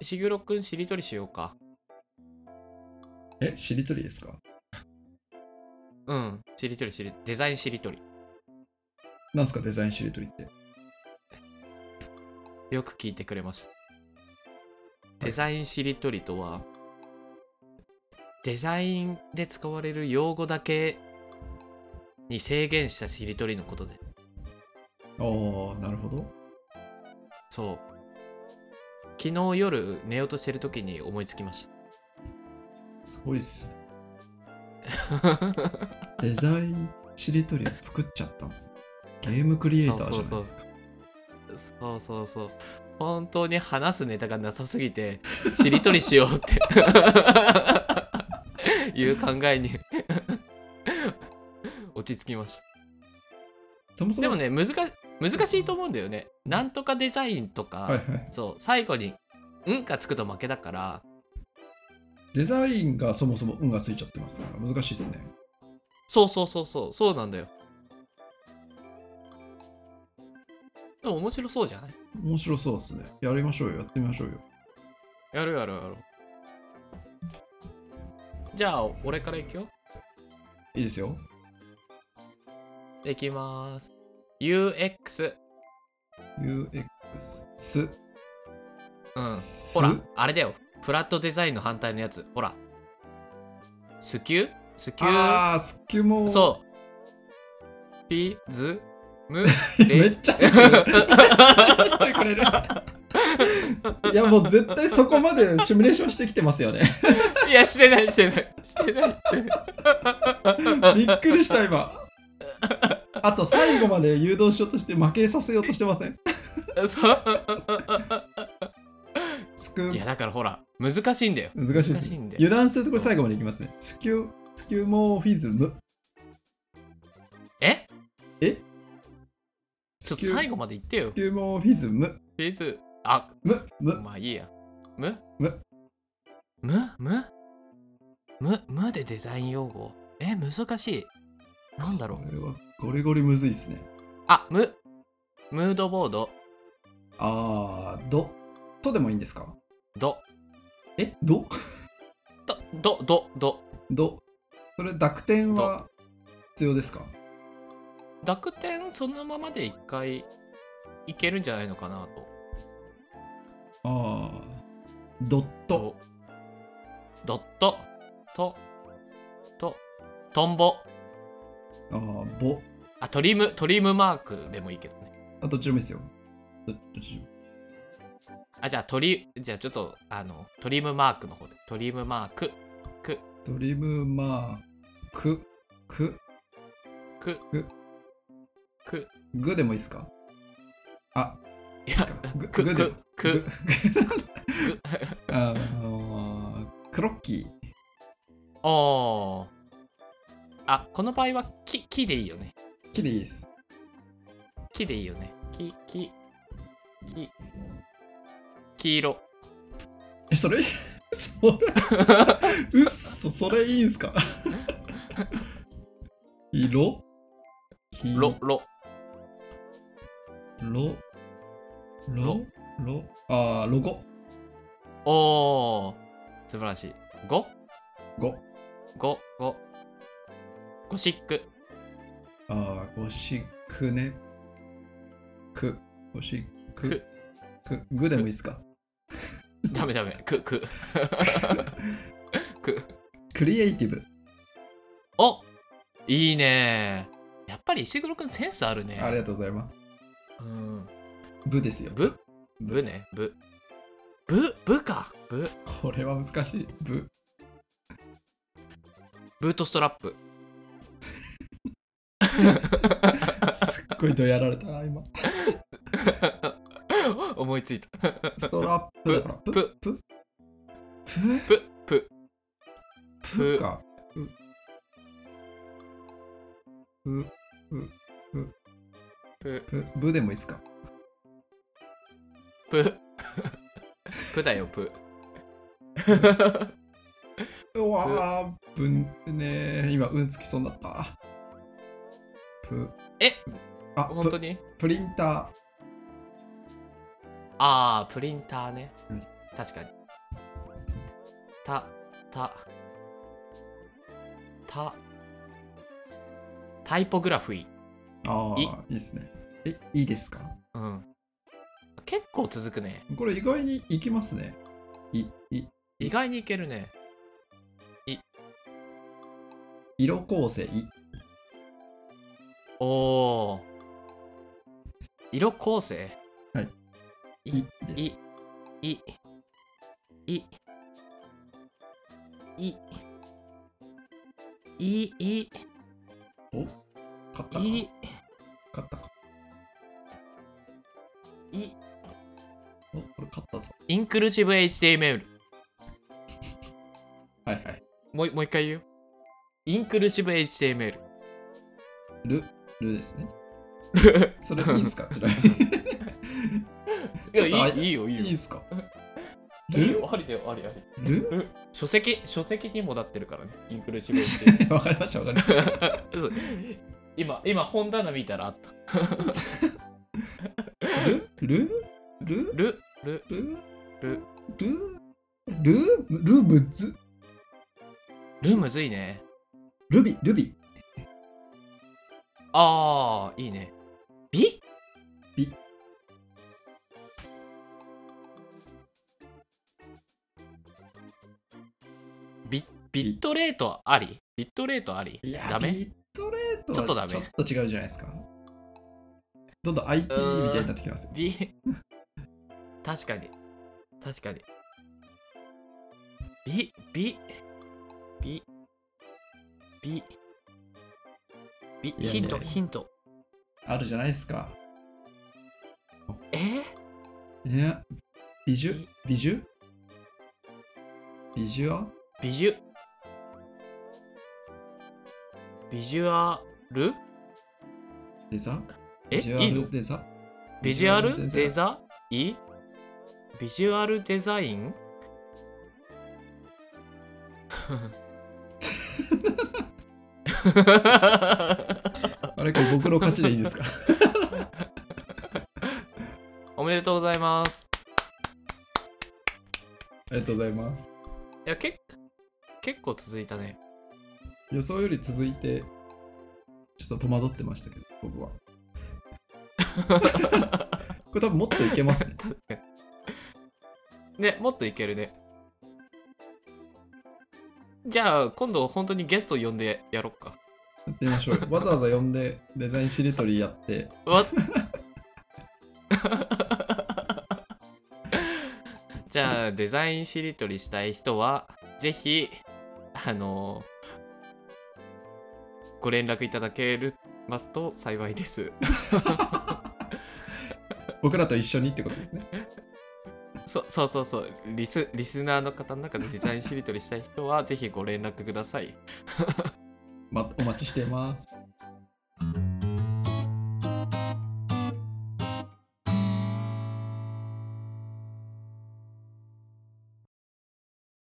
石黒くんしりとりしようか。え、しりとりですかうん、しりとりしり、デザインしりとり。なんすかデザインしりとりって。よく聞いてくれました。デザインしりとりとは、デザインで使われる用語だけに制限したしりとりのことです。ああ、なるほど。そう。昨日夜寝ようとしてる時に思いつきましすごいっす ね。た。デザインしりとりを作っちゃったんす。ゲームクリエイターじゃないですか。そうそうそう。本当に話すネタがなさすぎて、しりとりしようって いう考えに 落ち着きました。そもそも。でもね、難難しいと思うんだよね。なんとかデザインとか、はいはい。そう、最後に、うんかつくと負けだから、デザインがそもそも運がついちゃってますから難しいっすね。そうそうそうそう、そうなんだよ。でも面白そうじゃない面白そうっすね。やりましょうよ。やってみましょうよ。やるやるやる。じゃあ、俺から行くよ。いいですよ。できます。UX。 UX。す。うん。すほら、あれだよ。フラットデザインの反対のやつ。ほら。スキュスキュああ、スキュも。そう。ピズ ムめでっちゃ言ってくれる。いやもう絶対そこまでシミュレーションしてきてますよね。 いや、してない、してない。してない、してない。びっくりした今。あと最後まで誘導しようとして負けさせようとしてません。 そうスキュいや、だからほら、難しいんだよ。難しい難でしすいんだよ。油断するとこれ最後までいきますね。スキュスキュモーフィズム。えちょっスキと最ュ後まで言ってよス。キュモーフィズム。ピズ、あ、むむまあいいや。むむむむむむでデザイン用語。え、難しい。なんだろこう。れはゴリゴリむずいっすね。あ、む。ムードボード。あー、ど。とでもいいんですかど。えどど、ど、ど、ど。ど。それ濁点は必要ですか濁点そのままで一回いけるんじゃないのかなと。ああ。ドット。ドット。と。と。トンボ。あー、ぼ。あ、トリム、トリムマークでもいいけどね。あ、どっちでもいいですよ。どどっちでも。あ、じゃあトリ、じゃあちょっと、あの、トリムマークの方で。トリムマーク、く、ドリブマーク、く、く、く、く、ぐでもいいですかあ、いや、ぐ、く、ぐでく、く、 ぐく。あのー、クロッキー。おー。あ、この場合は、き、きでいいよね。きでいいです。きでいいよね。き、き、き、黄色。え、それ、それ、うっそ、それいい んすか色黄ろ、ろ。ロロロロあーロゴおー。素晴らしい。ご、ゴご、ご。ゴシック。あーゴシックねくゴシッくクくグでもいいですかダメダメ。く、 く。く。クリエイティブおいいねやっぱり石黒くんセンスあるね。ありがとうございますうん。ブですよぶぶね。ぶ。ぶ、ぶか。ぶ。これは難しいブブートストラップ。すっごいどやられたな今 思いついた。ストラップだからプぷプぷ、ぷ。プかププぷ、プブでもいいですかぷ。 ぷだよ、 ぷ。うわーぶんねー今うんつきそうになったプえあ本プ当にプリンタあー、プリンターね。ー確かに。た、た、た、タイポグラフィー。ああ、いいですね。え、いいですかうん。結構続くね。これ意外にいきますね。い、い、意外にいけるね。色構成、い、おお。色構成いです。い、い、い、い、い、い、お買ったかい、買ったか。い、お、これ買ったぞ。インクルーシブ HTML。はいはい。もうもう一回言うよ。インクルーシブ HTML。ル、ルですね。それいい んすかちなみに。いちょっとや、あいいいいよ、いいよ。いいんすかいいルよありだよ、ありあり。ル書籍、書籍にもなってるからね。インクルーシブ HTML。 わかりました、わかりまし嘘今、今、本棚見たらあった。た。ルルルル、ル、ルル。ルルルムズルむずいね。ルビルビあー、いいね。ビビビビットレートありビットレートありいやダメビットレートはちょっとダメちょっと違うじゃないですかどんどん IP みたいになってきますよビ 確かに確かにビビビビビいやいやヒントいやヒントあるじゃないですかえいやビジュビビジュビジュアービジュビジュアルデザえビジュいアいのルデザビジュアルデデザザインビジュアルデザイ ン あれこれ僕の勝ちでいいんですかおめでとうございます。ありがとうございますいや、け結構続いたね。 予想より続いてちょっと戸惑ってましたけど僕はこれ多分もっといけますねね、もっといけるね。じゃあ、今度本当にゲスト呼んでやろっか。やってみましょうよ。わざわざ呼んでデザインしりとりやって、わ じゃあデザインしりとりしたい人はぜひあのご連絡いただけるますと幸いです僕らと一緒にってことですね。そそうそうそうリスリスナーの方の中でデザインしりとりしたい人はぜひご連絡くださいま、お待ちしてます。